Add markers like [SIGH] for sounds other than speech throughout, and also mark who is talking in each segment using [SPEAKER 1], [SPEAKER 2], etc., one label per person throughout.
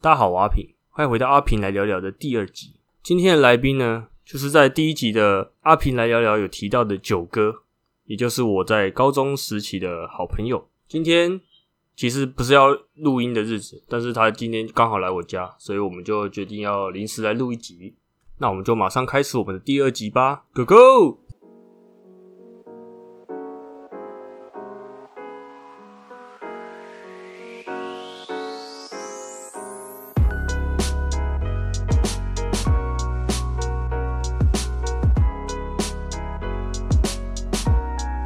[SPEAKER 1] 大家好，我阿平，欢迎回到阿平来聊聊的第二集。今天的来宾呢，就是在第一集的阿平来聊聊有提到的九哥，也就是我在高中时期的好朋友。今天其实不是要录音的日子，但是他今天刚好来我家，所以我们就决定要临时来录一集。那我们就马上开始我们的第二集吧，Go Go！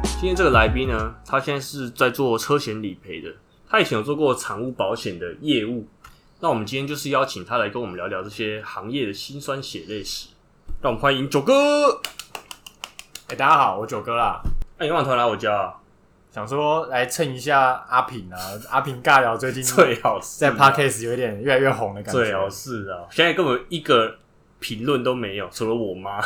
[SPEAKER 1] 今天这个来宾呢，他现在是在做车险理赔的，他以前有做过产物保险的业务。那我们今天就是邀请他来跟我们聊聊这些行业的辛酸血泪史。让我们欢迎九哥。哎
[SPEAKER 2] 哎、大家好，我九哥啦，
[SPEAKER 1] 那、你晚突然来我家、啊，
[SPEAKER 2] 想说来蹭一下阿品啊，阿品尬聊最近
[SPEAKER 1] 最好是
[SPEAKER 2] 在
[SPEAKER 1] 啊
[SPEAKER 2] podcast 有一点越来越红的感觉，
[SPEAKER 1] 最好是啊，现在根本一个评论都没有，除了我
[SPEAKER 2] [LAUGHS]
[SPEAKER 1] 妈。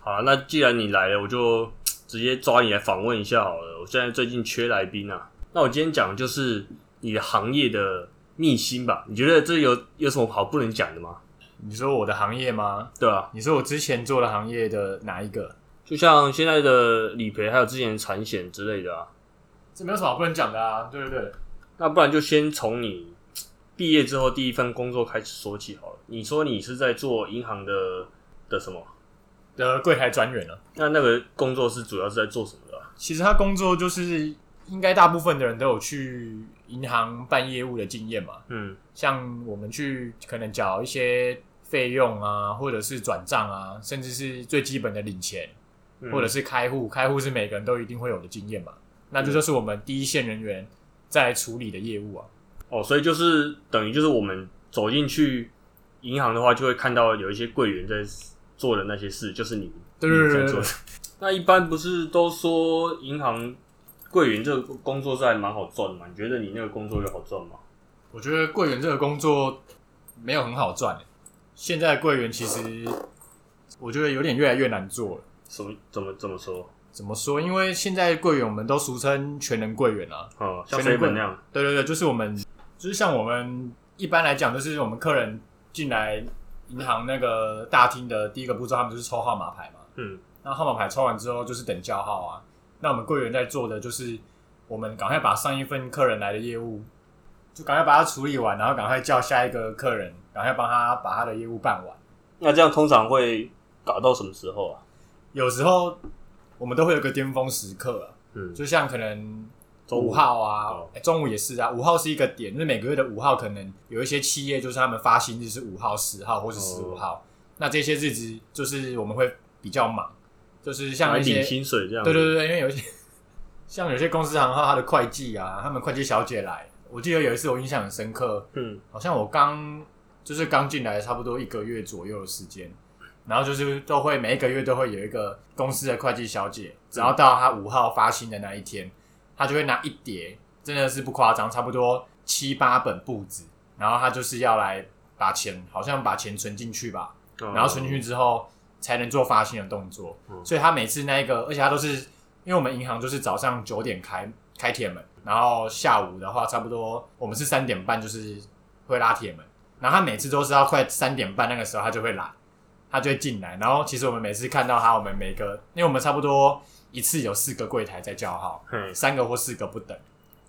[SPEAKER 1] 好、啊，那既然你来了，我就直接抓你来访问一下好了。我现在最近缺来宾啊，那我今天讲的就是你的行业的秘辛吧。你觉得这有有什么好不能讲的吗？
[SPEAKER 2] 你说我的行业吗？
[SPEAKER 1] 对啊，
[SPEAKER 2] 你说我之前做的行业的哪一个？
[SPEAKER 1] 就像现在的理赔，还有之前的产险之类的啊。
[SPEAKER 2] 这没有什么好不能讲的啊，对不对？
[SPEAKER 1] 那不然就先从你毕业之后第一份工作开始说起好了。你说你是在做银行的的什么？
[SPEAKER 2] 的柜台专员啊，
[SPEAKER 1] 那那个工作是主要是在做什么的啊、
[SPEAKER 2] 其实他工作就是应该大部分的人都有去银行办业务的经验嘛，
[SPEAKER 1] 嗯
[SPEAKER 2] 像我们去可能缴一些费用啊，或者是转账啊，甚至是最基本的领钱，
[SPEAKER 1] 嗯
[SPEAKER 2] 或者是开户，开户是每个人都一定会有的经验嘛。那这就是我们第一线人员在处理的业务啊。
[SPEAKER 1] 哦，所以就是等于就是我们走进去银行的话，就会看到有一些柜员在做的那些事，就是你
[SPEAKER 2] 对对对
[SPEAKER 1] 你在做的。 [LAUGHS] 那一般不是都说银行柜员这个工作是还蛮好赚的吗？你觉得你那个工作有好赚吗？
[SPEAKER 2] 我觉得柜员这个工作没有很好赚、欸，现在的柜员其实我觉得有点越来越难做了。
[SPEAKER 1] 什么怎么怎么说？
[SPEAKER 2] 怎么说？因为现在柜员我们都俗称全能柜员啊，
[SPEAKER 1] 哦，像
[SPEAKER 2] 全
[SPEAKER 1] C
[SPEAKER 2] 能柜
[SPEAKER 1] 本那样，
[SPEAKER 2] 对对对，就是我们，就是像我们一般来讲，就是我们客人进来银行那个大厅的第一个步骤，他们就是抽号码牌嘛。
[SPEAKER 1] 嗯，
[SPEAKER 2] 那号码牌抽完之后，就是等叫号啊。那我们柜员在做的就是，我们赶快把上一份客人来的业务，就赶快把它处理完，然后赶快叫下一个客人，赶快帮他把他的业务办完。
[SPEAKER 1] 那这样通常会搞到什么时候啊？
[SPEAKER 2] 有时候我们都会有个巅峰时刻、啊，
[SPEAKER 1] 嗯，
[SPEAKER 2] 就像可能
[SPEAKER 1] 中午
[SPEAKER 2] 五号啊
[SPEAKER 1] 哦，
[SPEAKER 2] 诶中午也是啊，五号是一个点，就是每个月的五号，可能有一些企业就是他们发薪日是五号、十号或是十
[SPEAKER 1] 哦
[SPEAKER 2] 五号，那这些日子就是我们会比较忙，就是像
[SPEAKER 1] 来
[SPEAKER 2] 一些
[SPEAKER 1] 领薪水这样子。
[SPEAKER 2] 对对对对，因为有一些 [LAUGHS] 像有些公司行号，他的会计啊，他们会计小姐来，我记得有一次我印象很深刻，
[SPEAKER 1] 嗯，
[SPEAKER 2] 好像我刚就是刚进来差不多一个月左右的时间，然后就是都会每一个月都会有一个公司的会计小姐，只要到她五号发薪的那一天，她就会拿一叠，真的是不夸张，差不多七八本簿子，然后她就是要来把钱，好像把钱存进去吧，
[SPEAKER 1] 哦
[SPEAKER 2] 然后存进去之后才能做发薪的动作，
[SPEAKER 1] 嗯
[SPEAKER 2] 所以他每次那一个，而且他都是因为我们银行就是早上九点开开铁门，然后下午的话差不多我们是三点半就是会拉铁门，然后他每次都是要快三点半那个时候他就会来，他就会进来，然后其实我们每次看到他，我们每个因为我们差不多一次有四个柜台在叫号，
[SPEAKER 1] 嘿
[SPEAKER 2] 三个或四个不等。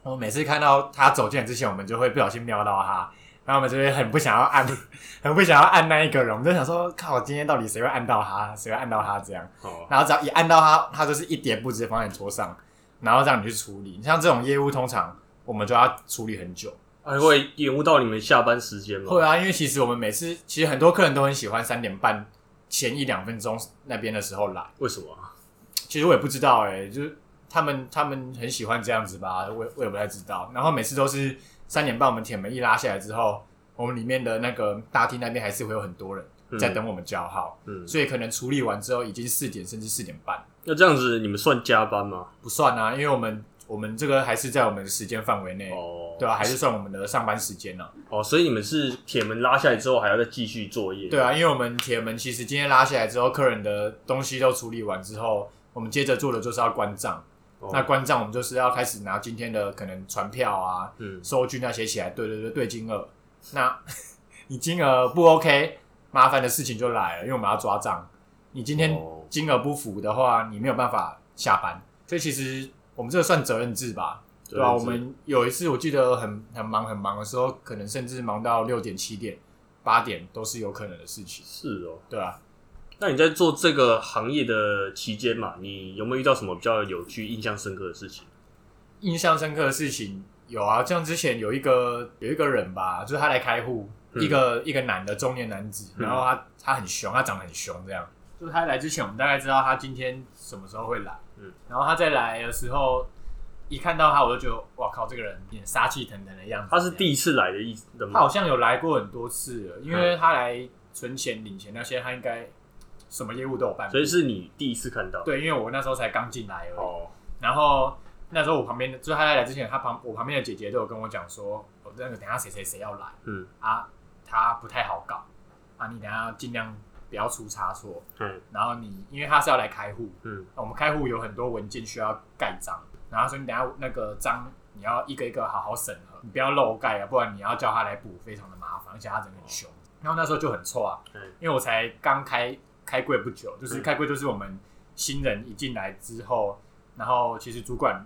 [SPEAKER 2] 我每次看到他走进来之前，我们就会不小心瞄到他，然后我们就会很不想要按， [LAUGHS] 很不想要按那一个人，我们就想说，靠，今天到底谁会按到他，谁会按到他这样。
[SPEAKER 1] 哦，
[SPEAKER 2] 然后只要一按到它，它就是一叠布直接放在你桌上，然后让你去处理。像这种业务，通常我们就要处理很久。
[SPEAKER 1] 还啊会延误到你们下班时间吗？
[SPEAKER 2] 会啊，因为其实我们每次，其实很多客人都很喜欢三点半前一两分钟那边的时候来。
[SPEAKER 1] 为什么啊？
[SPEAKER 2] 其实我也不知道哎、就是他们他们很喜欢这样子吧，我也我也不太知道。然后每次都是三点半，我们铁门一拉下来之后，我们里面的那个大厅那边还是会有很多人在等我们叫号，
[SPEAKER 1] 嗯，
[SPEAKER 2] 所以可能处理完之后已经四点甚至四点半。
[SPEAKER 1] 那这样子你们算加班吗？
[SPEAKER 2] 不算啊，因为我们我们这个还是在我们的时间范围内，
[SPEAKER 1] 哦，
[SPEAKER 2] 对啊，还是算我们的上班时间呢、啊。
[SPEAKER 1] 哦，所以你们是铁门拉下来之后还要再继续作业？
[SPEAKER 2] 对，啊，因为我们铁门其实今天拉下来之后，客人的东西都处理完之后，我们接着做的就是要关账。
[SPEAKER 1] 哦
[SPEAKER 2] 那关账我们就是要开始拿今天的可能船票啊、
[SPEAKER 1] 嗯，
[SPEAKER 2] 收据那些起来，对对对对金额。那 [LAUGHS] 你金额不 OK，麻烦的事情就来了，因为我们要抓账。你今天
[SPEAKER 1] 哦
[SPEAKER 2] 金额不符的话，你没有办法下班。所以其实我们这个算责任制吧，对
[SPEAKER 1] 责
[SPEAKER 2] 吧、
[SPEAKER 1] 任
[SPEAKER 2] 我
[SPEAKER 1] 制
[SPEAKER 2] 们有一次我记得很很忙很忙的时候，可能甚至忙到六点、七点、八点都是有可能的事情，
[SPEAKER 1] 是哦。
[SPEAKER 2] 对吧、
[SPEAKER 1] 那你在做这个行业的期间嘛，你有没有遇到什么比较有趣、印象深刻的事情？
[SPEAKER 2] 印象深刻的事情有啊，像之前有一个有一个人吧，就是他来开户，
[SPEAKER 1] 嗯
[SPEAKER 2] 一个一个男的中年男子，
[SPEAKER 1] 嗯
[SPEAKER 2] 然后他他很凶，他长得很凶，这样。就是他来之前，我们大概知道他今天什么时候会来，
[SPEAKER 1] 嗯
[SPEAKER 2] 嗯，然后他在来的时候，一看到他，我就觉得哇靠，这个人有点杀气腾腾的样子。
[SPEAKER 1] 他是
[SPEAKER 2] 这样
[SPEAKER 1] 第一次来的意思的
[SPEAKER 2] 他
[SPEAKER 1] 吗
[SPEAKER 2] 好？像有来过很多次了，因
[SPEAKER 1] 嗯
[SPEAKER 2] 为他来存钱、领钱那些，他应该什么业务都有办过。
[SPEAKER 1] 所以是你第一次看到？，
[SPEAKER 2] 对，因为我那时候才刚进来而已。
[SPEAKER 1] 哦，
[SPEAKER 2] 然后那时候我旁边的，就是他在来之前，他旁我旁边的姐姐都有跟我讲说，我、那个等一下谁谁谁要来
[SPEAKER 1] 嗯
[SPEAKER 2] 啊，他不太好搞啊，你等一下尽量不要出差错。
[SPEAKER 1] 嗯
[SPEAKER 2] 然后你因为他是要来开户，
[SPEAKER 1] 嗯，
[SPEAKER 2] 我们开户有很多文件需要盖章，然后说你等一下那个章你要一个一个好好审核，你不要漏盖啊，不然你要叫他来补，非常的麻烦，而且他人很凶。然后那时候就很错啊
[SPEAKER 1] 嗯，
[SPEAKER 2] 因为我才刚开开柜不久，就是
[SPEAKER 1] 嗯
[SPEAKER 2] 开柜就是我们新人一进来之后，然后其实主管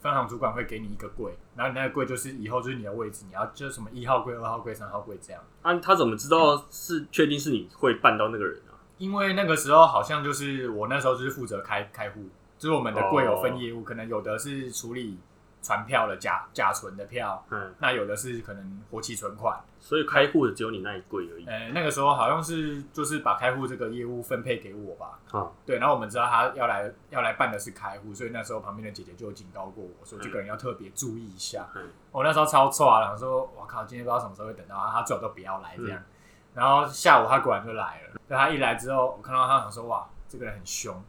[SPEAKER 2] 分行主管会给你一个柜，然后你那个柜就是以后就是你的位置，你要就是什么一号柜、二号柜、三号柜这样。
[SPEAKER 1] 啊，他怎么知道是确定是你会办到那个人啊？
[SPEAKER 2] 因为那个时候好像就是我那时候就是负责开开户，就是我们的柜有分业务，可能有的是处理船票的假假存的票，
[SPEAKER 1] 嗯，
[SPEAKER 2] 那有的是可能活期存款。
[SPEAKER 1] 所以开户的只有你那一柜而已。
[SPEAKER 2] 呃，那个时候好像是就是把开户这个业务分配给我吧，
[SPEAKER 1] 啊，
[SPEAKER 2] 对，然后我们知道他要来要来办的是开户，所以那时候旁边的姐姐就有警告过我说，这个人要特别注意一下。
[SPEAKER 1] 嗯
[SPEAKER 2] 我那时候超错啊，想说，我靠，今天不知道什么时候会等到他，他最好都不要来这
[SPEAKER 1] 嗯
[SPEAKER 2] 样。然后下午他果然就来了，对他一来之后，我看到他想说，哇，这个人很凶，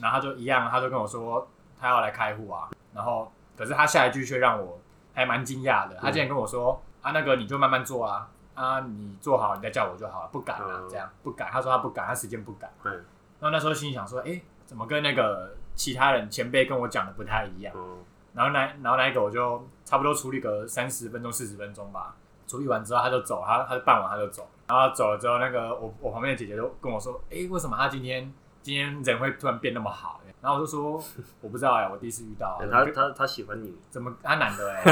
[SPEAKER 2] 然后他就一样，他就跟我说他要来开户啊，然后可是他下一句却让我还蛮惊讶的，他竟然跟我说、啊，那个你就慢慢做啊，啊，你做好你再叫我就好了，不敢啊，
[SPEAKER 1] 嗯
[SPEAKER 2] 这样不敢，他说他不敢，他时间不敢。
[SPEAKER 1] 嗯，
[SPEAKER 2] 然后那时候心里想说，哎，怎么跟那个其他人前辈跟我讲的不太一样？
[SPEAKER 1] 哦，
[SPEAKER 2] 然后那然后那一个我就差不多处理个三十分钟四十分钟吧，处理完之后他就走，他他就办完他就走，然后走了之后那个我我旁边的姐姐就跟我说，诶，为什么他今天今天人会突然变那么好？然后我就说我不知道哎、我第一次遇到啊、
[SPEAKER 1] 嗯他他他喜欢你，
[SPEAKER 2] 怎么他男的哎、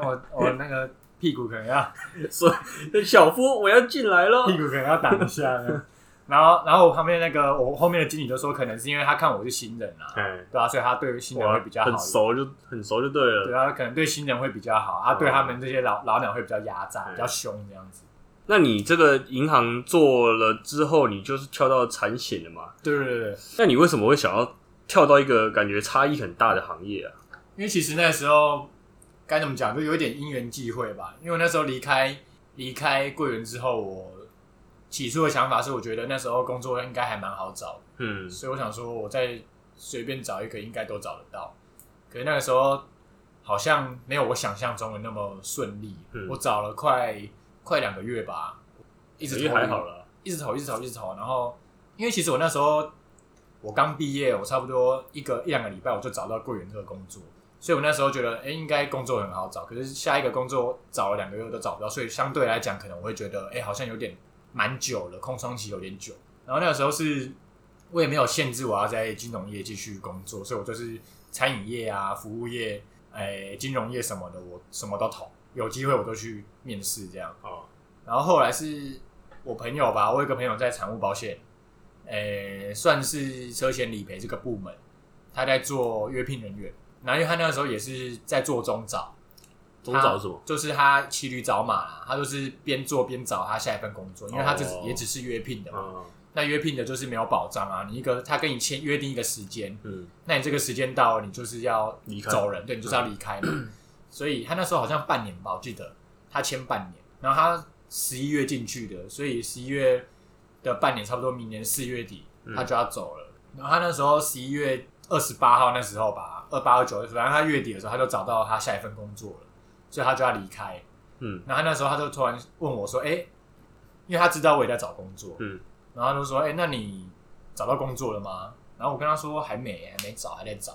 [SPEAKER 2] 我我我那个屁股可能要 [LAUGHS]
[SPEAKER 1] 所以 [LAUGHS] 小夫我要进来 [LAUGHS] 了。
[SPEAKER 2] 屁股可能要挡一下呢。然后然后我旁边那个我后面的经理就说，可能是因为他看我是新人啊，
[SPEAKER 1] 嗯，
[SPEAKER 2] 对啊，所以他对新人
[SPEAKER 1] 我
[SPEAKER 2] 会比较好一
[SPEAKER 1] 很
[SPEAKER 2] 点。
[SPEAKER 1] 熟就很熟就对
[SPEAKER 2] 对
[SPEAKER 1] 了。
[SPEAKER 2] 啊，可能对新人会比较好，啊他对他们这些老老鸟会比较压榨，
[SPEAKER 1] 嗯
[SPEAKER 2] 比较凶这样子。
[SPEAKER 1] 那你这个银行做了之后，你就是跳到产险了嘛？
[SPEAKER 2] 对对对对，
[SPEAKER 1] 那你为什么会想要跳到一个感觉差异很大的行业啊？
[SPEAKER 2] 因为其实那时候该怎么讲，就有一点因缘际会吧。因为我那时候离开离开桂园之后，我起初的想法是，我觉得那时候工作应该还蛮好找的，
[SPEAKER 1] 嗯
[SPEAKER 2] 所以我想说，我再随便找一个应该都找得到。可是那个时候好像没有我想象中的那么顺利，
[SPEAKER 1] 嗯
[SPEAKER 2] 我找了快快两个月吧，一直
[SPEAKER 1] 也
[SPEAKER 2] 投
[SPEAKER 1] 还
[SPEAKER 2] 履
[SPEAKER 1] 好啦。
[SPEAKER 2] 一直投，一直投，一直投。然后，因为其实我那时候我刚毕业，我差不多一个一两个礼拜我就找到柜员这个工作，所以我那时候觉得，哎、应该工作很好找。可是下一个工作找了两个月都找不到，所以相对来讲，可能我会觉得，哎、好像有点蛮久了，空窗期有点久。然后那个时候是，我也没有限制我要在金融业继续工作，所以我就是餐饮业啊、服务业、哎、金融业什么的，我什么都投，有机会我都去面试这样。
[SPEAKER 1] 哦，
[SPEAKER 2] 然后后来是我朋友吧，我有一个朋友在产物保险，诶，算是车险理赔这个部门，他在做约聘人员。然后因为他那个时候也是在做中找，
[SPEAKER 1] 中找什么？
[SPEAKER 2] 就是他骑驴找马啦，他就是边做边找他下一份工作，因为他只、
[SPEAKER 1] 哦
[SPEAKER 2] 也只是约聘的嘛。
[SPEAKER 1] 啊，
[SPEAKER 2] 那约聘的就是没有保障啊，你一个他跟你签约定一个时间，
[SPEAKER 1] 嗯，
[SPEAKER 2] 那你这个时间到了，你就是要
[SPEAKER 1] 离开嗯
[SPEAKER 2] 走人，对，你就是要离开嘛。 [CLEARS THROAT] 所以他那时候好像半年吧，我记得他签半年，然后他十一月进去的，所以十一月的半年差不多明年四月底
[SPEAKER 1] 嗯
[SPEAKER 2] 他就要走了。然后他那时候十一月二十八号那时候吧，二八二九，反正他月底的时候他就找到他下一份工作了，所以他就要离开。
[SPEAKER 1] 嗯
[SPEAKER 2] 然后他那时候他就突然问我说：“哎、因为他知道我也在找工作，
[SPEAKER 1] 嗯，
[SPEAKER 2] 然后他就说：“哎、那你找到工作了吗？”然后我跟他说：“还没，还没找，还在找。”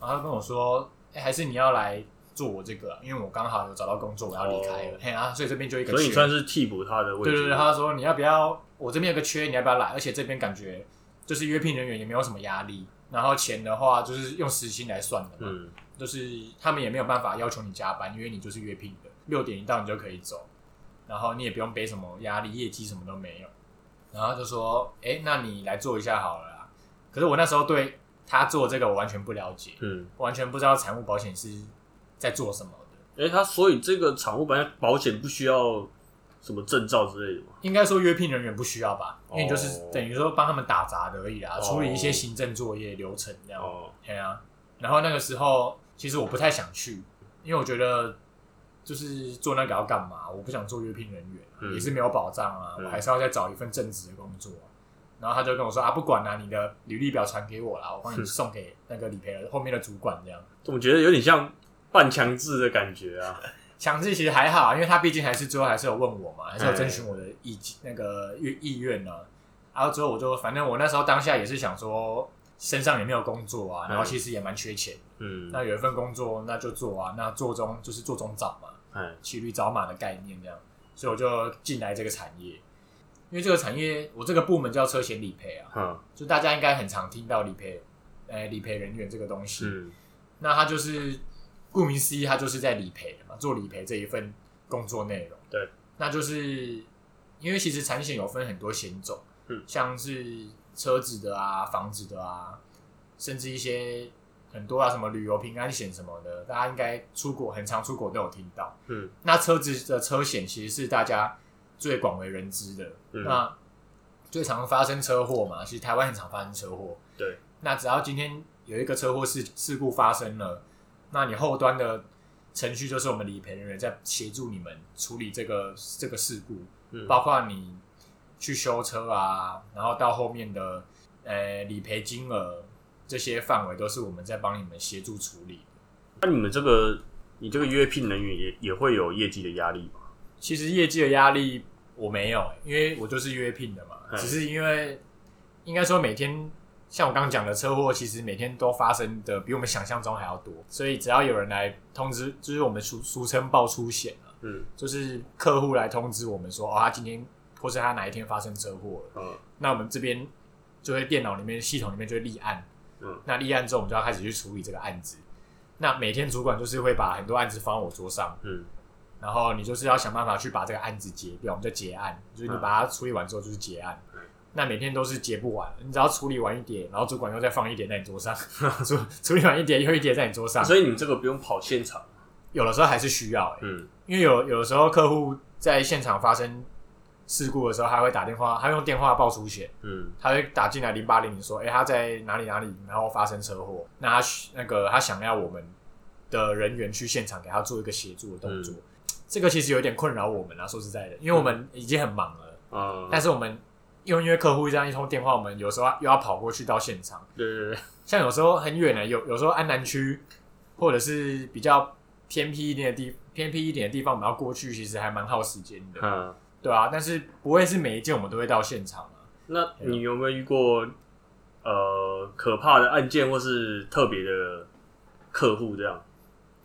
[SPEAKER 2] 然后他跟我说，哎、还是你要来做我这个啊、因为我刚好有找到工作，我要离开了，
[SPEAKER 1] 哦
[SPEAKER 2] 嘿，然后所以这边就一个
[SPEAKER 1] 所以你
[SPEAKER 2] 缺
[SPEAKER 1] 算是替补他的位置。
[SPEAKER 2] 对对对，他说你要不要？我这边有个缺，你要不要来？而且这边感觉就是约聘人员也没有什么压力，然后钱的话就是用时薪来算的嘛，
[SPEAKER 1] 嗯，
[SPEAKER 2] 就是他们也没有办法要求你加班，因为你就是约聘的，六点一到你就可以走，然后你也不用背什么压力，业绩什么都没有。然后就说，哎，那你来做一下好了啦。可是我那时候对他做这个我完全不了解，
[SPEAKER 1] 嗯，
[SPEAKER 2] 完全不知道产物保险是在做什么的。
[SPEAKER 1] 哎、他所以这个产物保险保险不需要什么证照之类的嘛？
[SPEAKER 2] 应该说约聘人员不需要吧，因为你就是
[SPEAKER 1] 哦
[SPEAKER 2] 等于说帮他们打杂的而已啦，
[SPEAKER 1] 哦
[SPEAKER 2] 处理一些行政作业流程这样。
[SPEAKER 1] 哦，
[SPEAKER 2] 对啊，然后那个时候其实我不太想去，因为我觉得就是做那个要干嘛？我不想做约聘人员啊、
[SPEAKER 1] 嗯
[SPEAKER 2] 也是没有保障啊，
[SPEAKER 1] 嗯
[SPEAKER 2] 我还是要再找一份正职的工作啊、然后他就跟我说啊，不管啦、你的履历表传给我啦，我帮你
[SPEAKER 1] 哼
[SPEAKER 2] 送给那个理赔的后面的主管这样。
[SPEAKER 1] 总觉得有点像半强制的感觉啊。
[SPEAKER 2] 强制其实还好，因为他毕竟还是最后还是有问我嘛，还
[SPEAKER 1] 嗯
[SPEAKER 2] 是有征询我的意见那个意意愿呢、啊然后之后我就反正我那时候当下也是想说，身上也没有工作啊，
[SPEAKER 1] 嗯
[SPEAKER 2] 然后其实也蛮缺钱，
[SPEAKER 1] 嗯，
[SPEAKER 2] 那有一份工作那就做啊，那做中就是做中找嘛，
[SPEAKER 1] 哎，
[SPEAKER 2] 骑驴找马的概念这样，所以我就进来这个产业，因为这个产业我这个部门叫车险理赔啊，
[SPEAKER 1] 哈，
[SPEAKER 2] 就大家应该很常听到理赔，呃，理赔人员这个东西，
[SPEAKER 1] 嗯，
[SPEAKER 2] 那他就是顾名思义，他就是在理赔的嘛，做理赔这一份工作内容。
[SPEAKER 1] 对，
[SPEAKER 2] 那就是因为其实产险有分很多险种，
[SPEAKER 1] 嗯
[SPEAKER 2] 像是车子的啊、房子的啊，甚至一些很多啊什么旅游平安险什么的，大家应该出国很常出国都有听到。
[SPEAKER 1] 嗯，
[SPEAKER 2] 那车子的车险其实是大家最广为人知的，
[SPEAKER 1] 嗯
[SPEAKER 2] 那最常发生车祸嘛，其实台湾很常发生车祸，
[SPEAKER 1] 对，
[SPEAKER 2] 那只要今天有一个车祸事事故发生了，那你后端的程序就是我们理赔人员在协助你们处理这个这个事故，
[SPEAKER 1] 嗯，
[SPEAKER 2] 包括你去修车啊，然后到后面的呃理赔金额这些范围都是我们在帮你们协助处理。
[SPEAKER 1] 那你们这个，你这个约聘人员也也会有业绩的压力吗？
[SPEAKER 2] 其实业绩的压力我没有、因为我就是约聘的嘛，
[SPEAKER 1] 嗯
[SPEAKER 2] 只是因为应该说每天像我刚刚讲的车祸，其实每天都发生的比我们想象中还要多，所以只要有人来通知，就是我们俗俗称报出险啊，
[SPEAKER 1] 嗯，
[SPEAKER 2] 就是客户来通知我们说，哦，他今天或是他哪一天发生车祸了，
[SPEAKER 1] 哦，
[SPEAKER 2] 那我们这边就会电脑里面系统里面就会立案，
[SPEAKER 1] 嗯，
[SPEAKER 2] 那立案之后我们就要开始去处理这个案子，那每天主管就是会把很多案子放到我桌上。
[SPEAKER 1] 嗯，
[SPEAKER 2] 然后你就是要想办法去把这个案子结掉，我们叫结案，就是
[SPEAKER 1] 嗯
[SPEAKER 2] 你把它处理完之后就是结案。那每天都是结不完，你只要处理完一叠，然后主管又再放一叠在你桌
[SPEAKER 1] [LAUGHS]
[SPEAKER 2] 上，处处理完一叠又一叠在你桌上。
[SPEAKER 1] 啊所以你们这个不用跑现场。
[SPEAKER 2] 有的时候还是需要、欸，
[SPEAKER 1] 嗯，
[SPEAKER 2] 因为有有的时候客户在现场发生事故的时候，他会打电话，他会用电话报出险，
[SPEAKER 1] 嗯，
[SPEAKER 2] 他会打进来零八零零说，哎、他在哪里哪里，然后发生车祸，那他需那个他想要我们的人员去现场给他做一个协助的动作，这个其实有点困扰我们啊，说实在的，因为我们已经很忙了，
[SPEAKER 1] 啊，
[SPEAKER 2] 但是我们又因为客户这样一通电话，我们有时候又要跑过去到现场，
[SPEAKER 1] 对对对，
[SPEAKER 2] 像有时候很远的，有有时候安南区或者是比较偏僻一点的地偏僻一点的地方，我们要过去其实还蛮耗时间
[SPEAKER 1] [LAUGHS]
[SPEAKER 2] 的，
[SPEAKER 1] 嗯，
[SPEAKER 2] 对啊，但是不会是每一件我们都会到现场啊。
[SPEAKER 1] 那你有没有遇过呃可怕的案件或是特别的客户这样？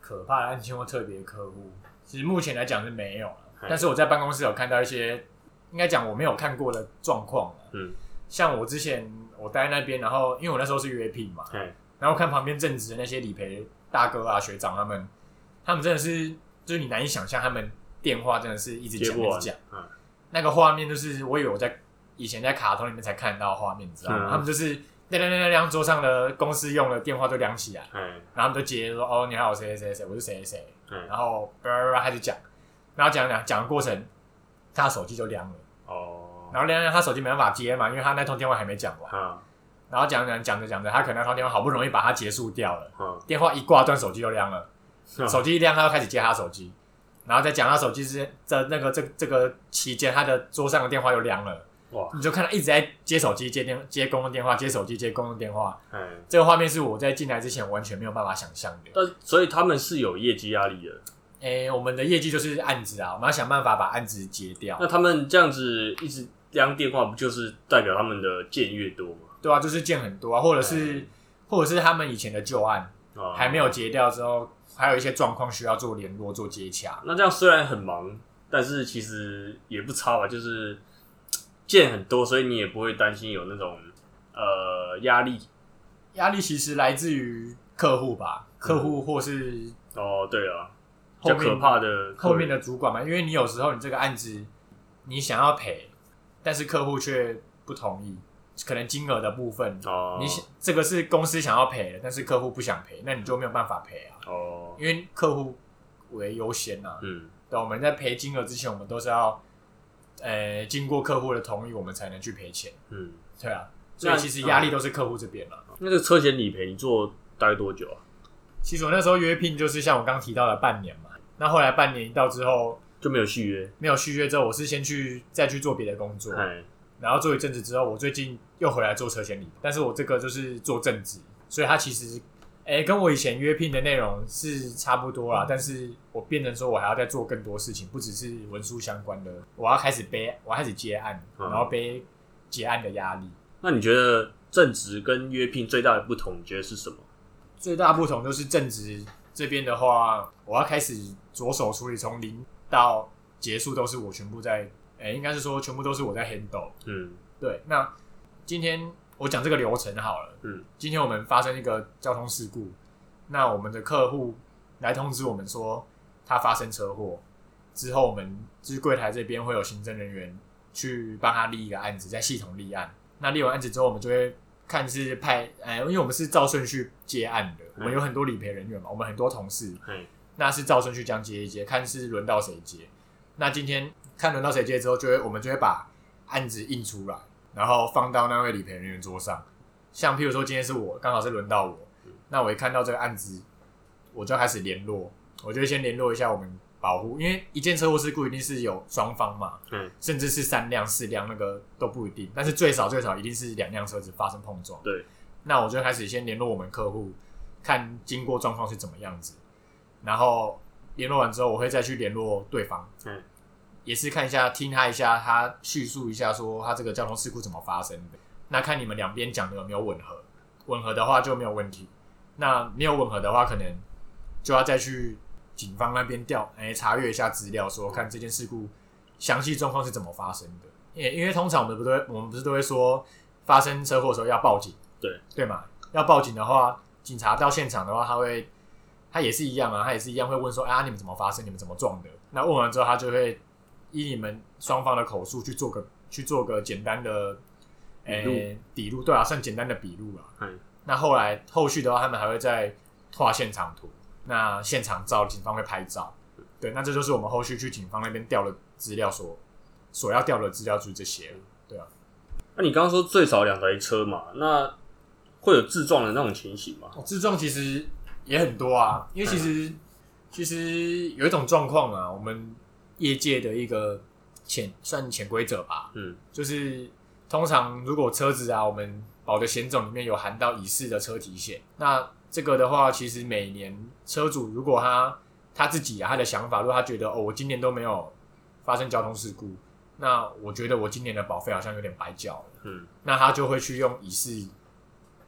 [SPEAKER 2] 可怕的案件或特别客户，其实目前来讲是没有啊
[SPEAKER 1] 嗯
[SPEAKER 2] 但是我在办公室有看到一些，应该讲我没有看过的状况啊
[SPEAKER 1] 嗯，
[SPEAKER 2] 像我之前我待在那边，然后因为我那时候是约聘嘛，
[SPEAKER 1] 哎，
[SPEAKER 2] 然后看旁边正职的那些理赔大哥啊、学长他们，他们真的是就是你难以想象，他们电话真的是一直
[SPEAKER 1] 接
[SPEAKER 2] 讲
[SPEAKER 1] 不
[SPEAKER 2] 一
[SPEAKER 1] 完
[SPEAKER 2] 直讲，，
[SPEAKER 1] 嗯，
[SPEAKER 2] 那个画面就是我以为我在以前在卡通里面才看到的画面，你知道吗？
[SPEAKER 1] 嗯
[SPEAKER 2] 他们就是亮亮亮亮亮，桌上的公司用的电话都亮起来，
[SPEAKER 1] 哎，
[SPEAKER 2] 然后他们就接说哦你好，我谁谁谁谁，我是谁谁谁。
[SPEAKER 1] 哎，
[SPEAKER 2] 然后叭叭叭开始讲，然后讲讲讲的过程，他手机就凉了，
[SPEAKER 1] 哦，
[SPEAKER 2] 然后亮亮他手机没办法接嘛，因为他那通电话还没讲完，
[SPEAKER 1] 啊，
[SPEAKER 2] 然后讲讲讲着讲着，他可能那通电话好不容易把它结束掉了，
[SPEAKER 1] 嗯，
[SPEAKER 2] 电话一挂断，手机就亮了，
[SPEAKER 1] 嗯
[SPEAKER 2] 手机一亮，他又开始接他手机，然后在讲他手机之在那个这这个期间，他的桌上的电话又凉了，
[SPEAKER 1] 哇，
[SPEAKER 2] 你就看他一直在接手机、接电、接公用电话、接手机、接公用电话，
[SPEAKER 1] 哎，
[SPEAKER 2] 这个画面是我在进来之前完全没有办法想象的。
[SPEAKER 1] 但所以他们是有业绩压力的。
[SPEAKER 2] 诶、哎我们的业绩就是案子啊，我们要想办法把案子结掉
[SPEAKER 1] 那。他们这样子一直量电话，不就是代表他们的件越多吗？
[SPEAKER 2] 对啊，就是见很多啊，或者是、或者是他们以前的旧案，
[SPEAKER 1] 哦
[SPEAKER 2] 还没有结掉之后，还有一些状况需要做联络、做接洽。
[SPEAKER 1] 那这样虽然很忙，但是其实也不差吧，就是件很多，所以你也不会担心有那种呃压力。
[SPEAKER 2] 压力其实来自于客户吧，客户或是
[SPEAKER 1] 哦，对了，比
[SPEAKER 2] 后
[SPEAKER 1] 较
[SPEAKER 2] 面
[SPEAKER 1] 可怕的客
[SPEAKER 2] 后面
[SPEAKER 1] 人
[SPEAKER 2] 的主管嘛，因为你有时候你这个案子你想要赔，但是客户却不同意，可能金额的部分，
[SPEAKER 1] 哦，
[SPEAKER 2] 你想这个是公司想要赔的，但是客户不想赔，那你就没有办法赔啊，
[SPEAKER 1] 哦，
[SPEAKER 2] 因为客户为优先啊。
[SPEAKER 1] 嗯，
[SPEAKER 2] 对，我们在赔金额之前，我们都是要呃经过客户的同意，我们才能去赔钱。
[SPEAKER 1] 嗯，
[SPEAKER 2] 对啊，所
[SPEAKER 1] 那
[SPEAKER 2] 以其实压力都是客户这边了。
[SPEAKER 1] 那这个车险理赔你做大概多久啊？
[SPEAKER 2] 其实我那时候约聘就是像我刚提到的半年嘛，那后来半年一到之后
[SPEAKER 1] 就没有续约？
[SPEAKER 2] 没有续约之后，我是先去再去做别的工作，
[SPEAKER 1] 哎，
[SPEAKER 2] 然后做一阵子之后，我最近又回来做车险理赔，但是我这个就是做正职，所以它其实。哎，跟我以前约聘的内容是差不多啦，但是我变成说我还要再做更多事情，不只是文书相关的，我要开始背，我要开始接案，
[SPEAKER 1] 嗯
[SPEAKER 2] 然后背结案的压力。
[SPEAKER 1] 那你觉得正职跟约聘最大的不同，你觉得是什么？
[SPEAKER 2] 最大不同就是正职这边的话，我要开始着手处理，从零到结束都是我全部在，诶、应该是说全部都是我在 handle。
[SPEAKER 1] 嗯，
[SPEAKER 2] 对，那今天我讲这个流程好了。
[SPEAKER 1] 嗯，
[SPEAKER 2] 今天我们发生一个交通事故，那我们的客户来通知我们说他发生车祸之后，我们就是柜台这边会有行政人员去帮他立一个案子，在系统立案。那立完案子之后，我们就会看是派，哎，因为我们是照顺序接案的，我们有很多理赔人员嘛，我们很多同事，
[SPEAKER 1] 哎，
[SPEAKER 2] 那是照顺序这样接一接，看是轮到谁接。那今天看轮到谁接之后，就会我们就会把案子印出来，然后放到那位理赔人员桌上。像譬如说今天是我，刚好是轮到我，那我一看到这个案子，我就要开始联络，我就会先联络一下我们保护，因为一件车祸事故一定是有双方嘛，
[SPEAKER 1] 嗯，
[SPEAKER 2] 甚至是三辆、四辆那个都不一定，但是最少最少一定是两辆车子发生碰撞。
[SPEAKER 1] 对，
[SPEAKER 2] 那我就开始先联络我们客户，看经过状况是怎么样子，然后联络完之后，我会再去联络对方，
[SPEAKER 1] 嗯，
[SPEAKER 2] 也是看一下听他一下，他叙述一下说他这个交通事故怎么发生的，那看你们两边讲的有没有吻合，吻合的话就没有问题，那没有吻合的话，可能就要再去警方那边调，哎、查阅一下资料，说看这件事故详细状况是怎么发生的。因因为通常我们不都会我们不是都会说发生车祸的时候要报警，
[SPEAKER 1] 对
[SPEAKER 2] 对嘛？要报警的话，警察到现场的话，他会他也是一样啊，他也是一样会问说啊你们怎么发生，你们怎么撞的？那问完之后，他就会依你们双方的口述去做个去做个简单的。哎、
[SPEAKER 1] 笔
[SPEAKER 2] 笔录对啊，算简单的笔录啊。
[SPEAKER 1] 嗯
[SPEAKER 2] 那后来后续的话，他们还会再画现场图，那现场照警方会拍照，
[SPEAKER 1] 嗯
[SPEAKER 2] 对，那这就是我们后续去警方那边调的资料所所要调的资料就是这些了。
[SPEAKER 1] 那你刚刚说最少两台车嘛，那会有自撞的那种情形吗？
[SPEAKER 2] 哦自撞其实也很多啊，因为其实、其实有一种状况啊，我们业界的一个潜算潜规则吧，
[SPEAKER 1] 嗯，
[SPEAKER 2] 就是通常如果车子啊，我们保的险种里面有含到乙式的车体险，那这个的话，其实每年车主如果他他自己啊他的想法，如果他觉得哦，我今年都没有发生交通事故，那我觉得我今年的保费好像有点白缴了，
[SPEAKER 1] 嗯，
[SPEAKER 2] 那他就会去用乙式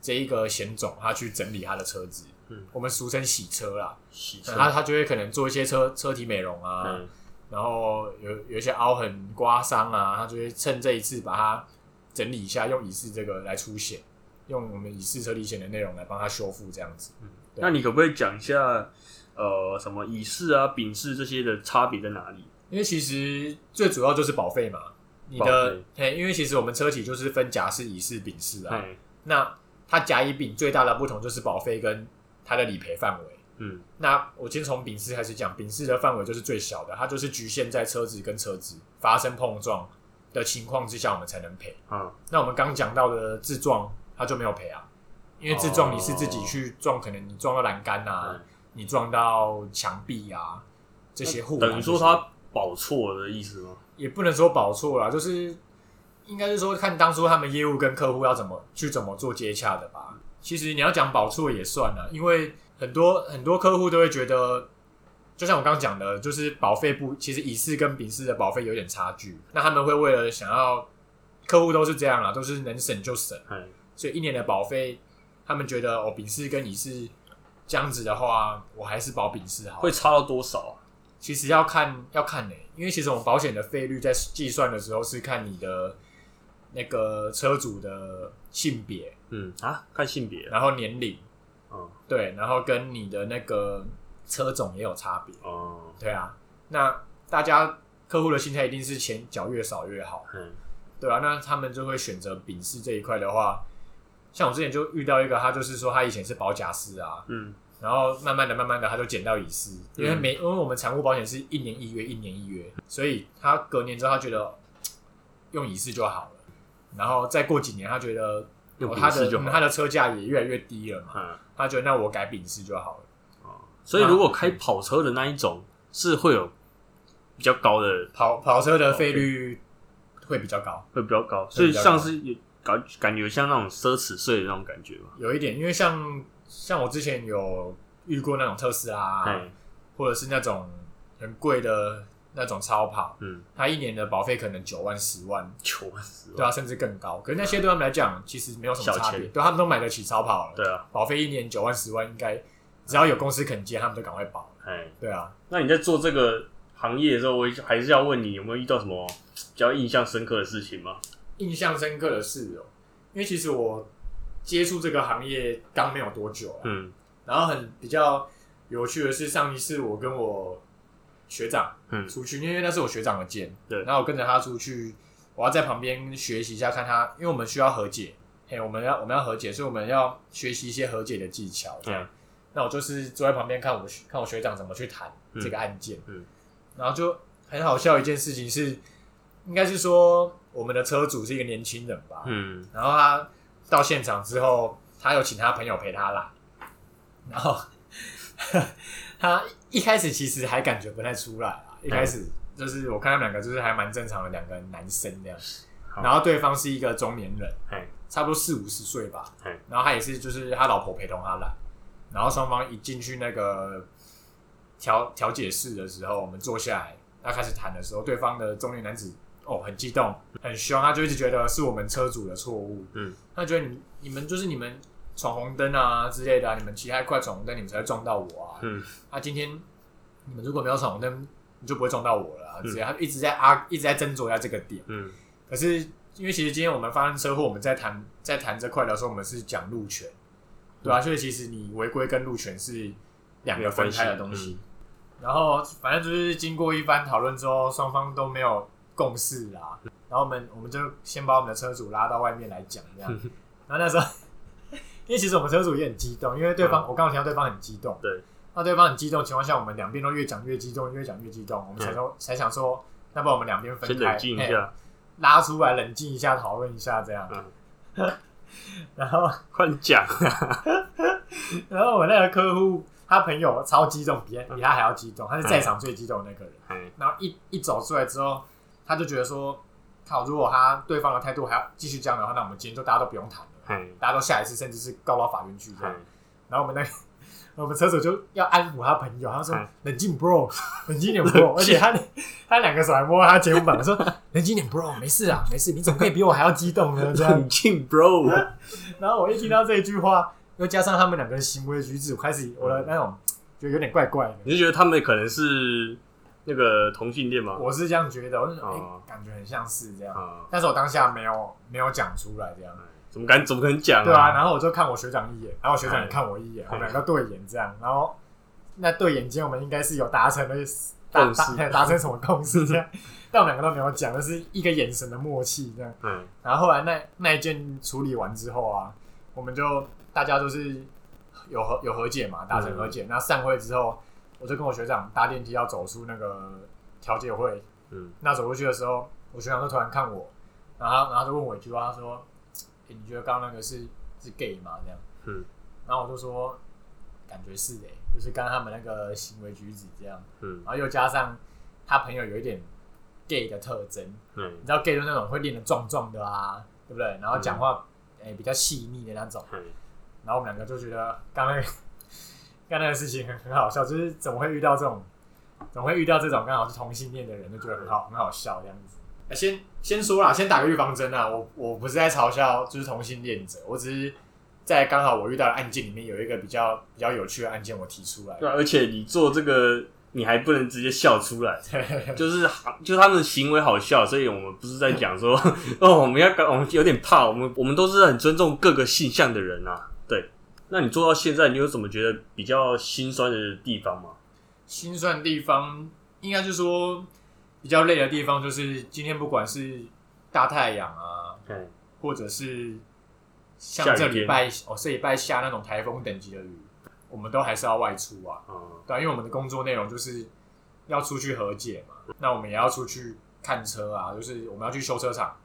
[SPEAKER 2] 这一个险种，他去整理他的车子，
[SPEAKER 1] 嗯
[SPEAKER 2] 我们俗称洗车啦，
[SPEAKER 1] 洗车，
[SPEAKER 2] 他他就会可能做一些车车体美容啊，
[SPEAKER 1] 嗯，
[SPEAKER 2] 然后有有一些凹痕、刮伤啊，他就会趁这一次把它整理一下，用乙式这个来出险，用我们乙式车体险的内容来帮他修复这样子。对
[SPEAKER 1] 那你可不可以讲一下，呃，什么乙式啊、丙式这些的差别在哪里？
[SPEAKER 2] 因为其实最主要就是保费嘛，你
[SPEAKER 1] 保
[SPEAKER 2] 的
[SPEAKER 1] 费
[SPEAKER 2] 嘿，因为其实我们车体就是分甲式、乙式、丙式啊。
[SPEAKER 1] 哎，
[SPEAKER 2] 那它甲乙丙最大的不同就是保费跟它的理赔范围。
[SPEAKER 1] 嗯，
[SPEAKER 2] 那我先从丙式开始讲，丙式的范围就是最小的，它就是局限在车子跟车子发生碰撞的情况之下，我们才能赔。
[SPEAKER 1] 啊，
[SPEAKER 2] 那我们刚讲到的自撞，他就没有赔啊，因为自撞
[SPEAKER 1] 哦
[SPEAKER 2] 你是自己去撞，可能你撞到栏杆啊，
[SPEAKER 1] 嗯
[SPEAKER 2] 你撞到墙壁啊这些护栏
[SPEAKER 1] 等
[SPEAKER 2] 这
[SPEAKER 1] 于说
[SPEAKER 2] 些，
[SPEAKER 1] 他保错的意思吗？
[SPEAKER 2] 也不能说保错啦，就是应该是说看当初他们业务跟客户要怎么去怎么做接洽的吧。其实你要讲保错也算了，因为很多很多客户都会觉得，就像我刚刚讲的，就是保费不，其实乙式跟丙式的保费有点差距，那他们会为了想要客户都是这样啊啦，都是能省就省。
[SPEAKER 1] 哎，
[SPEAKER 2] 所以一年的保费，他们觉得哦，丙式跟乙式这样子的话，我还是保丙式好了。
[SPEAKER 3] 会差到多少啊？
[SPEAKER 2] 其实要看要看呢、因为其实我们保险的费率在计算的时候是看你的那个车主的性别，
[SPEAKER 1] 嗯啊，看性别啊，
[SPEAKER 2] 然后年龄，
[SPEAKER 1] 嗯
[SPEAKER 2] 对，然后跟你的那个车种也有差别。
[SPEAKER 1] 哦，
[SPEAKER 2] 对啊，那大家客户的心态一定是钱缴越少越好，
[SPEAKER 1] 嗯
[SPEAKER 2] 对啊，那他们就会选择丙式这一块的话，像我之前就遇到一个，他就是说他以前是保甲师啊，
[SPEAKER 1] 嗯
[SPEAKER 2] 然后慢慢的、慢慢的，他就减到乙式，因为
[SPEAKER 1] 嗯
[SPEAKER 2] 每因为我们产物保险是一年一约，一年一约，所以他隔年之后他觉得嘖用乙式就好了，然后再过几年他觉得、
[SPEAKER 1] 用
[SPEAKER 2] 哦
[SPEAKER 1] 丙
[SPEAKER 2] 他
[SPEAKER 1] 式
[SPEAKER 2] 的、
[SPEAKER 1] 就好
[SPEAKER 2] 嗯他的车价也越来越低了嘛，
[SPEAKER 1] 嗯，
[SPEAKER 2] 他觉得那我改丙式就好了。
[SPEAKER 1] 所以如果开跑车的那一种是会有比较高的，
[SPEAKER 2] 跑跑车的费率会比较高，
[SPEAKER 1] 会比较高，所
[SPEAKER 2] 会
[SPEAKER 1] 以
[SPEAKER 2] 比较高
[SPEAKER 1] 上次有感感觉像那种奢侈税的那种感觉嘛，
[SPEAKER 2] 有一点，因为像像我之前有遇过那种特斯拉啊、
[SPEAKER 1] 哎
[SPEAKER 2] 或者是那种很贵的那种超跑，
[SPEAKER 1] 嗯，
[SPEAKER 2] 它一年的保费可能九万、十万，
[SPEAKER 1] 九万十
[SPEAKER 2] 对
[SPEAKER 1] 万，
[SPEAKER 2] 啊，甚至更高。可是那些对他们来讲，其实没有什么
[SPEAKER 1] 小
[SPEAKER 2] 差
[SPEAKER 1] 钱
[SPEAKER 2] 别，对他们都买得起超跑了。
[SPEAKER 1] 对啊，
[SPEAKER 2] 保费一年九万、十万，应该只要有公司肯接，他们都赶快保。
[SPEAKER 1] 哎，
[SPEAKER 2] 对啊，
[SPEAKER 1] 那你在做这个行业的时候，我还是要问你有没有遇到什么比较印象深刻的事情吗？
[SPEAKER 2] 印象深刻的是哦，因为其实我接触这个行业刚没有多久啊，
[SPEAKER 1] 嗯
[SPEAKER 2] 然后很比较有趣的是，上一次我跟我学长
[SPEAKER 1] 嗯
[SPEAKER 2] 出去，因为那是我学长的店，
[SPEAKER 1] 对
[SPEAKER 2] 然后我跟着他出去，我要在旁边学习一下，看他，因为我们需要和解，嘿，我们要我们要和解，所以我们要学习一些和解的技巧，这样。
[SPEAKER 1] 嗯
[SPEAKER 2] 那我就是坐在旁边看我学看我学长怎么去谈这个案件，
[SPEAKER 1] 嗯嗯
[SPEAKER 2] 然后就很好笑一件事情是，应该是说我们的车主是一个年轻人吧，
[SPEAKER 1] 嗯
[SPEAKER 2] 然后他到现场之后，他有请他朋友陪他来，然后 [LAUGHS] 他一开始其实还感觉不太出来啊，一开始就是我看他们两个就是还蛮正常的两个男生这样，
[SPEAKER 1] 好
[SPEAKER 2] 然后对方是一个中年人
[SPEAKER 1] 哎，
[SPEAKER 2] 差不多四五十岁吧
[SPEAKER 1] 嗯，
[SPEAKER 2] 然后他也是就是他老婆陪同他来，然后双方一进去那个调调解室的时候，我们坐下来要开始谈的时候，对方的中年男子哦很激动很凶，他就一直觉得是我们车主的错误，
[SPEAKER 1] 嗯，
[SPEAKER 2] 他觉得你你们就是你们闯红灯啊之类的、啊，你们骑太快闯红灯，你们才会撞到我啊，
[SPEAKER 1] 嗯，
[SPEAKER 2] 啊今天你们如果没有闯红灯，你就不会撞到我了、啊，之类的，他一直在啊一直在斟酌一下这个点。
[SPEAKER 1] 嗯
[SPEAKER 2] 可是因为其实今天我们发生车祸，我们在谈在谈这块的时候，我们是讲路权，对
[SPEAKER 1] 嗯
[SPEAKER 2] 啊，所以其实你违规跟路权是两个分开的东西。然后反正就是经过一番讨论之后，双方都没有共识啦。然后我们我们就先把我们的车主拉到外面来讲这
[SPEAKER 1] [LAUGHS]
[SPEAKER 2] 样。然后那时候， [LAUGHS] 因为其实我们车主也很激动，因为对方、我刚刚听到对方很激动，
[SPEAKER 1] 嗯对，
[SPEAKER 2] 那对方很激动的情况下，我们两边都越讲越激动，越讲越激动，我们才说、才想说，那不然我们两边分开，
[SPEAKER 1] 嗯先冷静一
[SPEAKER 2] 嘿
[SPEAKER 1] 下，
[SPEAKER 2] 拉出来冷静一下，讨论一下这样。 [LAUGHS] 然后，
[SPEAKER 1] 快讲，
[SPEAKER 2] 然后我那个客户他朋友超激动，比他比他还要激动，他是在场最激动的那个人。
[SPEAKER 1] 哎，
[SPEAKER 2] 然后一一走出来之后，他就觉得说，靠，如果他对方的态度还要继续这样的话，那我们今天就大家都不用谈了，
[SPEAKER 1] 哎，
[SPEAKER 2] 大家都下一次甚至是告到法院去这样
[SPEAKER 1] 哎。，
[SPEAKER 2] 然后我们那个 [LAUGHS] 我们车手就要安抚他朋友，他说
[SPEAKER 1] 嗯：“
[SPEAKER 2] 冷静，bro，冷 [LAUGHS] 静点，bro。”而且他他两个手还摸他肩膀，说：“冷静点，bro，没事啊，没事，你怎么可以比我还要激动呢？”这样。
[SPEAKER 1] 冷静，bro，
[SPEAKER 2] 啊然后我一听到这一句话，又加上他们两个人行为举止，我开始我的那种就有点怪怪的。
[SPEAKER 1] 你是觉得他们可能是那个同性恋吗？
[SPEAKER 2] 我是这样觉得，我就想，哎、
[SPEAKER 1] 哦
[SPEAKER 2] 感觉很像是这样。
[SPEAKER 1] 啊，哎
[SPEAKER 2] 但是我当下没有没有讲出来这样，
[SPEAKER 1] 怎么敢怎么可能讲
[SPEAKER 2] 对啊。？然后我就看我学长一眼，然后我学长也看我一眼，
[SPEAKER 1] 嗯
[SPEAKER 2] 我们两个对眼这样。然后那对眼间，我们应该是有达成了达
[SPEAKER 1] 共
[SPEAKER 2] 达
[SPEAKER 1] 识
[SPEAKER 2] 达 [LAUGHS] 成什么共识这样， [LAUGHS] 但我们两个都没有讲，就是一个眼神的默契这样。
[SPEAKER 1] 嗯
[SPEAKER 2] 然后后来那那一件处理完之后啊，我们就大家就是有和有和解嘛，达成和解。
[SPEAKER 1] 嗯
[SPEAKER 2] 那散会之后，我就跟我学长搭电梯要走出那个调解会。
[SPEAKER 1] 嗯，
[SPEAKER 2] 那走过去的时候，我学长就突然看我，然后他然后就问我一句话，他说：“欸、你觉得刚刚那个是是 gay 吗？”这样，
[SPEAKER 1] 嗯，
[SPEAKER 2] 然后我就说：“感觉是诶、欸就是刚刚他们那个行为举止这样，
[SPEAKER 1] 嗯
[SPEAKER 2] 然后又加上他朋友有一点 gay 的特征，
[SPEAKER 1] 嗯
[SPEAKER 2] 你知道 gay 就是那种会练得壮壮的啊，对不对？然后讲话诶、比较细腻的那种。
[SPEAKER 1] 嗯，
[SPEAKER 2] 然后我们两个就觉得刚刚那个 [LAUGHS] 刚刚那个事情很很好笑，就是怎么会遇到这种，怎么会遇到这种刚好是同性恋的人，就觉得很好很好笑这样子。啊、先先说啦，先打个预防针啊，我我不是在嘲笑就是同性恋者，我只是在刚好我遇到的案件里面有一个比较比较有趣的案件，我提出来。
[SPEAKER 1] 对啊、而且你做这个，你还不能直接笑出来，就是好就是他们的行为好笑，所以我们不是在讲说 [LAUGHS] 哦，我们要搞我们有点怕，我们我们都是很尊重各个性向的人啊。对，那你做到现在，你有什么觉得比较心酸的地方吗？
[SPEAKER 2] 心酸的地方，应该是说比较累的地方，就是今天不管是大太阳啊，
[SPEAKER 1] 嗯，
[SPEAKER 2] 或者是像
[SPEAKER 1] 下
[SPEAKER 2] 这
[SPEAKER 1] 雨天
[SPEAKER 2] 礼拜哦，这礼拜下那种台风等级的雨，我们都还是要外出啊。
[SPEAKER 1] 哦、
[SPEAKER 2] 对啊、因为我们的工作内容就是要出去和解嘛，那我们也要出去看车啊，就是我们要去修车厂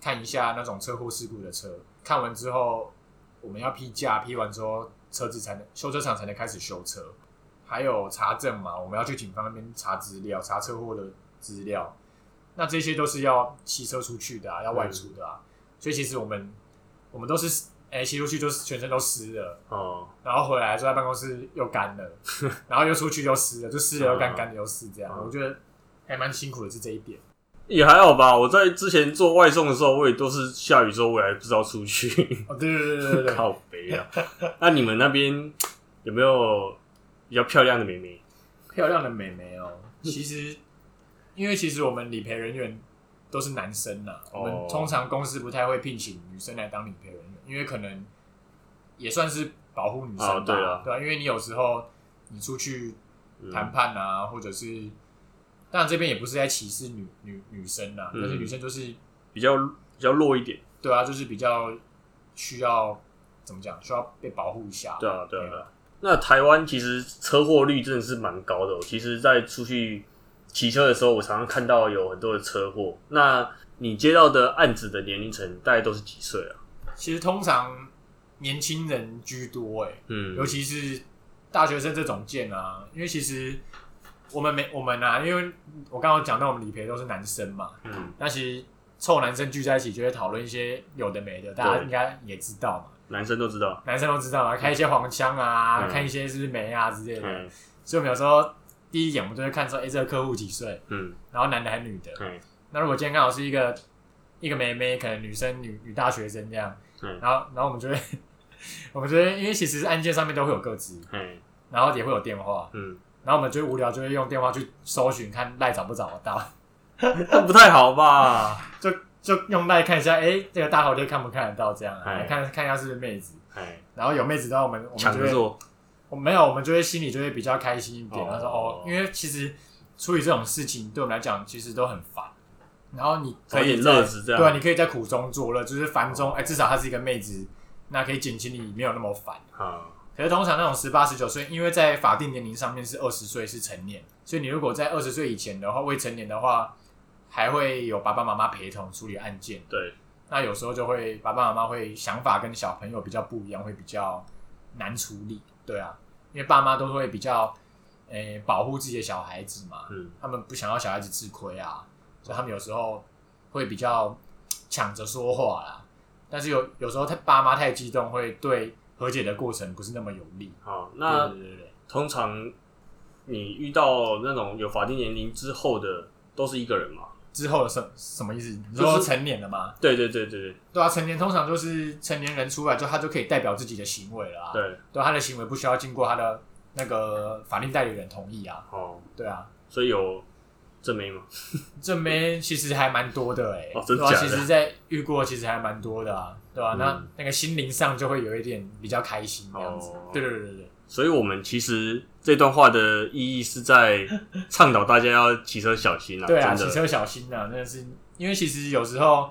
[SPEAKER 2] 看一下那种车祸事故的车，看完之后我们要批价，批完之后车子才能修车厂才能开始修车，还有查证嘛，我们要去警方那边查资料，查车祸的资料，那这些都是要骑车出去的啊，要外出的啊，所以其实我们我们都是哎骑、出去就是全身都湿了。
[SPEAKER 1] 哦，
[SPEAKER 2] 然后回来坐在办公室又干 [LAUGHS] 了，然后又出去又湿了，就湿了又干，干了又湿，这样
[SPEAKER 1] 嗯
[SPEAKER 2] 我觉得还蛮辛苦的，是这一点。
[SPEAKER 1] 也还好吧。我在之前做外送的时候，我也都是下雨之后，我也还不知道出去， [LAUGHS]
[SPEAKER 2] 哦，对对对对对，
[SPEAKER 1] 靠北啊。那你们那边有没有比较漂亮的妹妹？
[SPEAKER 2] 漂亮的美眉 [LAUGHS] 哦，其实因为其实我们理赔人员都是男生呐、
[SPEAKER 1] 哦
[SPEAKER 2] 我们通常公司不太会聘请女生来当理赔人员，因为可能也算是保护女生吧，
[SPEAKER 1] 哦对啊
[SPEAKER 2] 对啊，因为你有时候你出去
[SPEAKER 1] 嗯
[SPEAKER 2] 谈判啊，或者是。当然，这边也不是在歧视女女女生呐、
[SPEAKER 1] 嗯
[SPEAKER 2] 但是女生就是
[SPEAKER 1] 比较比较弱一点。
[SPEAKER 2] 对啊，就是比较需要怎么讲，需要被保护一下。
[SPEAKER 1] 对啊，对啊，对啊。那台湾其实车祸率真的是蛮高的、哦。其实，在出去骑车的时候，我常常看到有很多的车祸。那你接到的案子的年龄层大概都是几岁啊？
[SPEAKER 2] 其实通常年轻人居多、欸，
[SPEAKER 1] 嗯
[SPEAKER 2] 尤其是大学生这种件啊，因为其实我们没我们啊，因为我刚刚讲到我们理赔都是男生嘛，
[SPEAKER 1] 嗯，
[SPEAKER 2] 那其实臭男生聚在一起就会讨论一些有的没的，大家
[SPEAKER 1] 对
[SPEAKER 2] 应该也知道嘛，
[SPEAKER 1] 男生都知道。
[SPEAKER 2] 男生都知道嘛，开一些黄腔啊，
[SPEAKER 1] 嗯
[SPEAKER 2] 看一些是不是没啊之类的，
[SPEAKER 1] 嗯
[SPEAKER 2] 所以我们有时候第一眼我们就会看说，哎、这个客户几岁，
[SPEAKER 1] 嗯
[SPEAKER 2] 然后男的还女的，
[SPEAKER 1] 嗯
[SPEAKER 2] 那如果今天刚好是一个一个妹妹，可能女生女女大学生这样，
[SPEAKER 1] 嗯
[SPEAKER 2] 然后然后我们就会， [LAUGHS] 我们就会因为其实案件上面都会有个资，
[SPEAKER 1] 嗯
[SPEAKER 2] 然后也会有电话，
[SPEAKER 1] 嗯，
[SPEAKER 2] 然后我们就会无聊就会用电话去搜寻看赖找不找得到， [LAUGHS]
[SPEAKER 1] 那不太好吧？
[SPEAKER 2] 就就用赖看一下，哎，这个大头贴看不看得到这样、啊
[SPEAKER 1] 哎，
[SPEAKER 2] 看看一下是不是妹子，
[SPEAKER 1] [LAUGHS] 哎，
[SPEAKER 2] 然后有妹子的话，我们我们
[SPEAKER 1] 抢
[SPEAKER 2] 就
[SPEAKER 1] 着
[SPEAKER 2] 会，
[SPEAKER 1] 做。
[SPEAKER 2] 我没有，我们就会心里就会比较开心一点，
[SPEAKER 1] 哦
[SPEAKER 2] 然后说哦，因为其实处理这种事情对我们来讲其实都很烦，然后你可
[SPEAKER 1] 找
[SPEAKER 2] 以
[SPEAKER 1] 点
[SPEAKER 2] 在
[SPEAKER 1] 乐子这样
[SPEAKER 2] 对啊，你可以在苦中作乐，就是烦中，哎、至少她是一个妹子，那可以减轻你没有那么烦。
[SPEAKER 1] 啊，
[SPEAKER 2] 可是通常那种十八十九岁，因为在法定年龄上面是二十岁是成年，所以你如果在二十岁以前的话，未成年的话，还会有爸爸妈妈陪同处理案件。
[SPEAKER 1] 对，
[SPEAKER 2] 那有时候就会爸爸妈妈会想法跟小朋友比较不一样，会比较难处理。对啊，因为爸妈都会比较，诶、保护自己的小孩子嘛，
[SPEAKER 1] 嗯
[SPEAKER 2] 他们不想要小孩子吃亏啊，所以他们有时候会比较抢着说话啦。但是有有时候他爸妈太激动，会对和解的过程不是那么有利。
[SPEAKER 1] 好，那
[SPEAKER 2] 对对对对，
[SPEAKER 1] 通常你遇到那种有法定年龄之后的，都是一个人嘛？
[SPEAKER 2] 之后的什什么意思？你
[SPEAKER 1] 就
[SPEAKER 2] 说
[SPEAKER 1] 是
[SPEAKER 2] 成年了吗？
[SPEAKER 1] 对对对对
[SPEAKER 2] 对啊，成年通常就是成年人出来就他就可以代表自己的行为了啊。
[SPEAKER 1] 对，
[SPEAKER 2] 对他的行为不需要经过他的那个法定代理人同意啊。
[SPEAKER 1] 哦，
[SPEAKER 2] 对啊，
[SPEAKER 1] 所以有正妹吗？
[SPEAKER 2] 这边其实还蛮多的哎、欸
[SPEAKER 1] 哦真
[SPEAKER 2] 对啊，
[SPEAKER 1] 假的
[SPEAKER 2] 其实，在遇过其实还蛮多的啊，对吧、啊？那
[SPEAKER 1] 嗯
[SPEAKER 2] 那个心灵上就会有一点比较开心这样子。
[SPEAKER 1] 哦
[SPEAKER 2] 对对对对对，
[SPEAKER 1] 所以我们其实这段话的意义是在倡导大家要骑车小心啊，
[SPEAKER 2] 对啊，
[SPEAKER 1] 真
[SPEAKER 2] 骑
[SPEAKER 1] 的，
[SPEAKER 2] 车小心啊，真的是因为其实有时候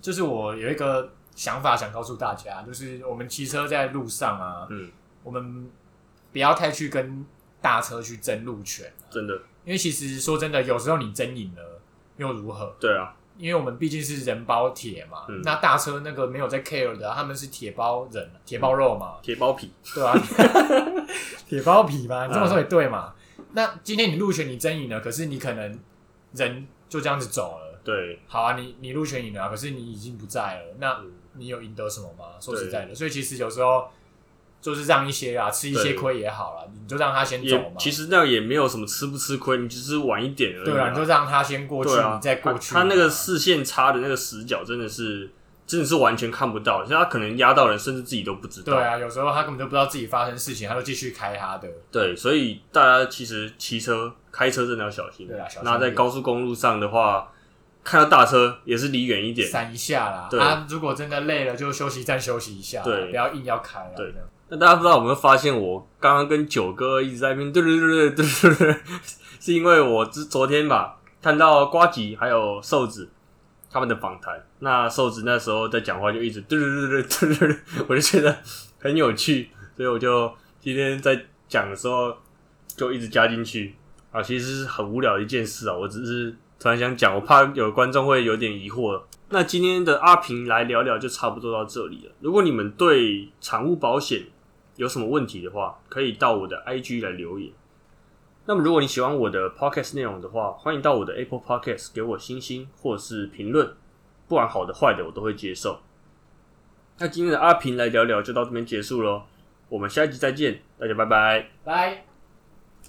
[SPEAKER 2] 就是我有一个想法想告诉大家，就是我们骑车在路上啊，
[SPEAKER 1] 嗯，
[SPEAKER 2] 我们不要太去跟大车去争路权，啊
[SPEAKER 1] 真的，
[SPEAKER 2] 因为其实说真的，有时候你争赢了又如何？
[SPEAKER 1] 对啊，
[SPEAKER 2] 因为我们毕竟是人包铁嘛，
[SPEAKER 1] 嗯
[SPEAKER 2] 那大车那个没有在 care 的啊、他们是铁包人、铁包肉
[SPEAKER 1] [LAUGHS]
[SPEAKER 2] 嘛，
[SPEAKER 1] 铁包皮，
[SPEAKER 2] 对吧、 [LAUGHS] 铁包皮嘛，
[SPEAKER 1] 嗯
[SPEAKER 2] 你这么说也对嘛。那今天你入选你争赢了，可是你可能人就这样子走了。
[SPEAKER 1] 对，
[SPEAKER 2] 好啊，你你入选赢了啊，可是你已经不在了，那
[SPEAKER 1] 嗯
[SPEAKER 2] 你有赢得什么吗？说实在的，所以其实有时候就是让一些啊，吃一些
[SPEAKER 1] 对
[SPEAKER 2] 亏也好了，你就让他先走
[SPEAKER 1] 也
[SPEAKER 2] 嘛。
[SPEAKER 1] 其实那也没有什么吃不吃亏，你只是晚一点而已、
[SPEAKER 2] 啊对啊，你就让他先过去，
[SPEAKER 1] 对啊，
[SPEAKER 2] 你再过去
[SPEAKER 1] 他。他那个
[SPEAKER 2] 嘛
[SPEAKER 1] 视线差的那个死角真的是真的是完全看不到，像他可能压到人，甚至自己都不知道。
[SPEAKER 2] 对啊，有时候他根本就不知道自己发生事情，他就继续开他的。
[SPEAKER 1] 对，所以大家其实骑车、开车真的要小心。
[SPEAKER 2] 对啊小心一点
[SPEAKER 1] 那在高速公路上的话，看到大车也是离远一点。
[SPEAKER 2] 闪一下啦，
[SPEAKER 1] 对
[SPEAKER 2] 啊，如果真的累了，就休息站休息一下啦，
[SPEAKER 1] 对
[SPEAKER 2] 不要硬要开啊。
[SPEAKER 1] 对
[SPEAKER 2] 这样
[SPEAKER 1] 那大家不知道有没有发现，我刚刚跟九哥一直在那边对对对对对对，是因为我之昨天吧看到瓜吉还有瘦子他们的访谈，那瘦子那时候在讲话就一直对对对对对对，我就觉得很有趣，所以我就今天在讲的时候就一直加进去啊，其实是很无聊的一件事啊，我只是突然想讲，我怕有观众会有点疑惑。那今天的阿平来聊聊就差不多到这里了。如果你们对产物保险有什么问题的话，可以到我的 IG 来留言。那么，如果你喜欢我的 Podcast 内容的话，欢迎到我的 Apple Podcast 给我星星或是评论，不管好的坏的我都会接受。那今天的阿平来聊聊就到这边结束喽，我们下一集再见，大家拜拜。
[SPEAKER 2] 拜。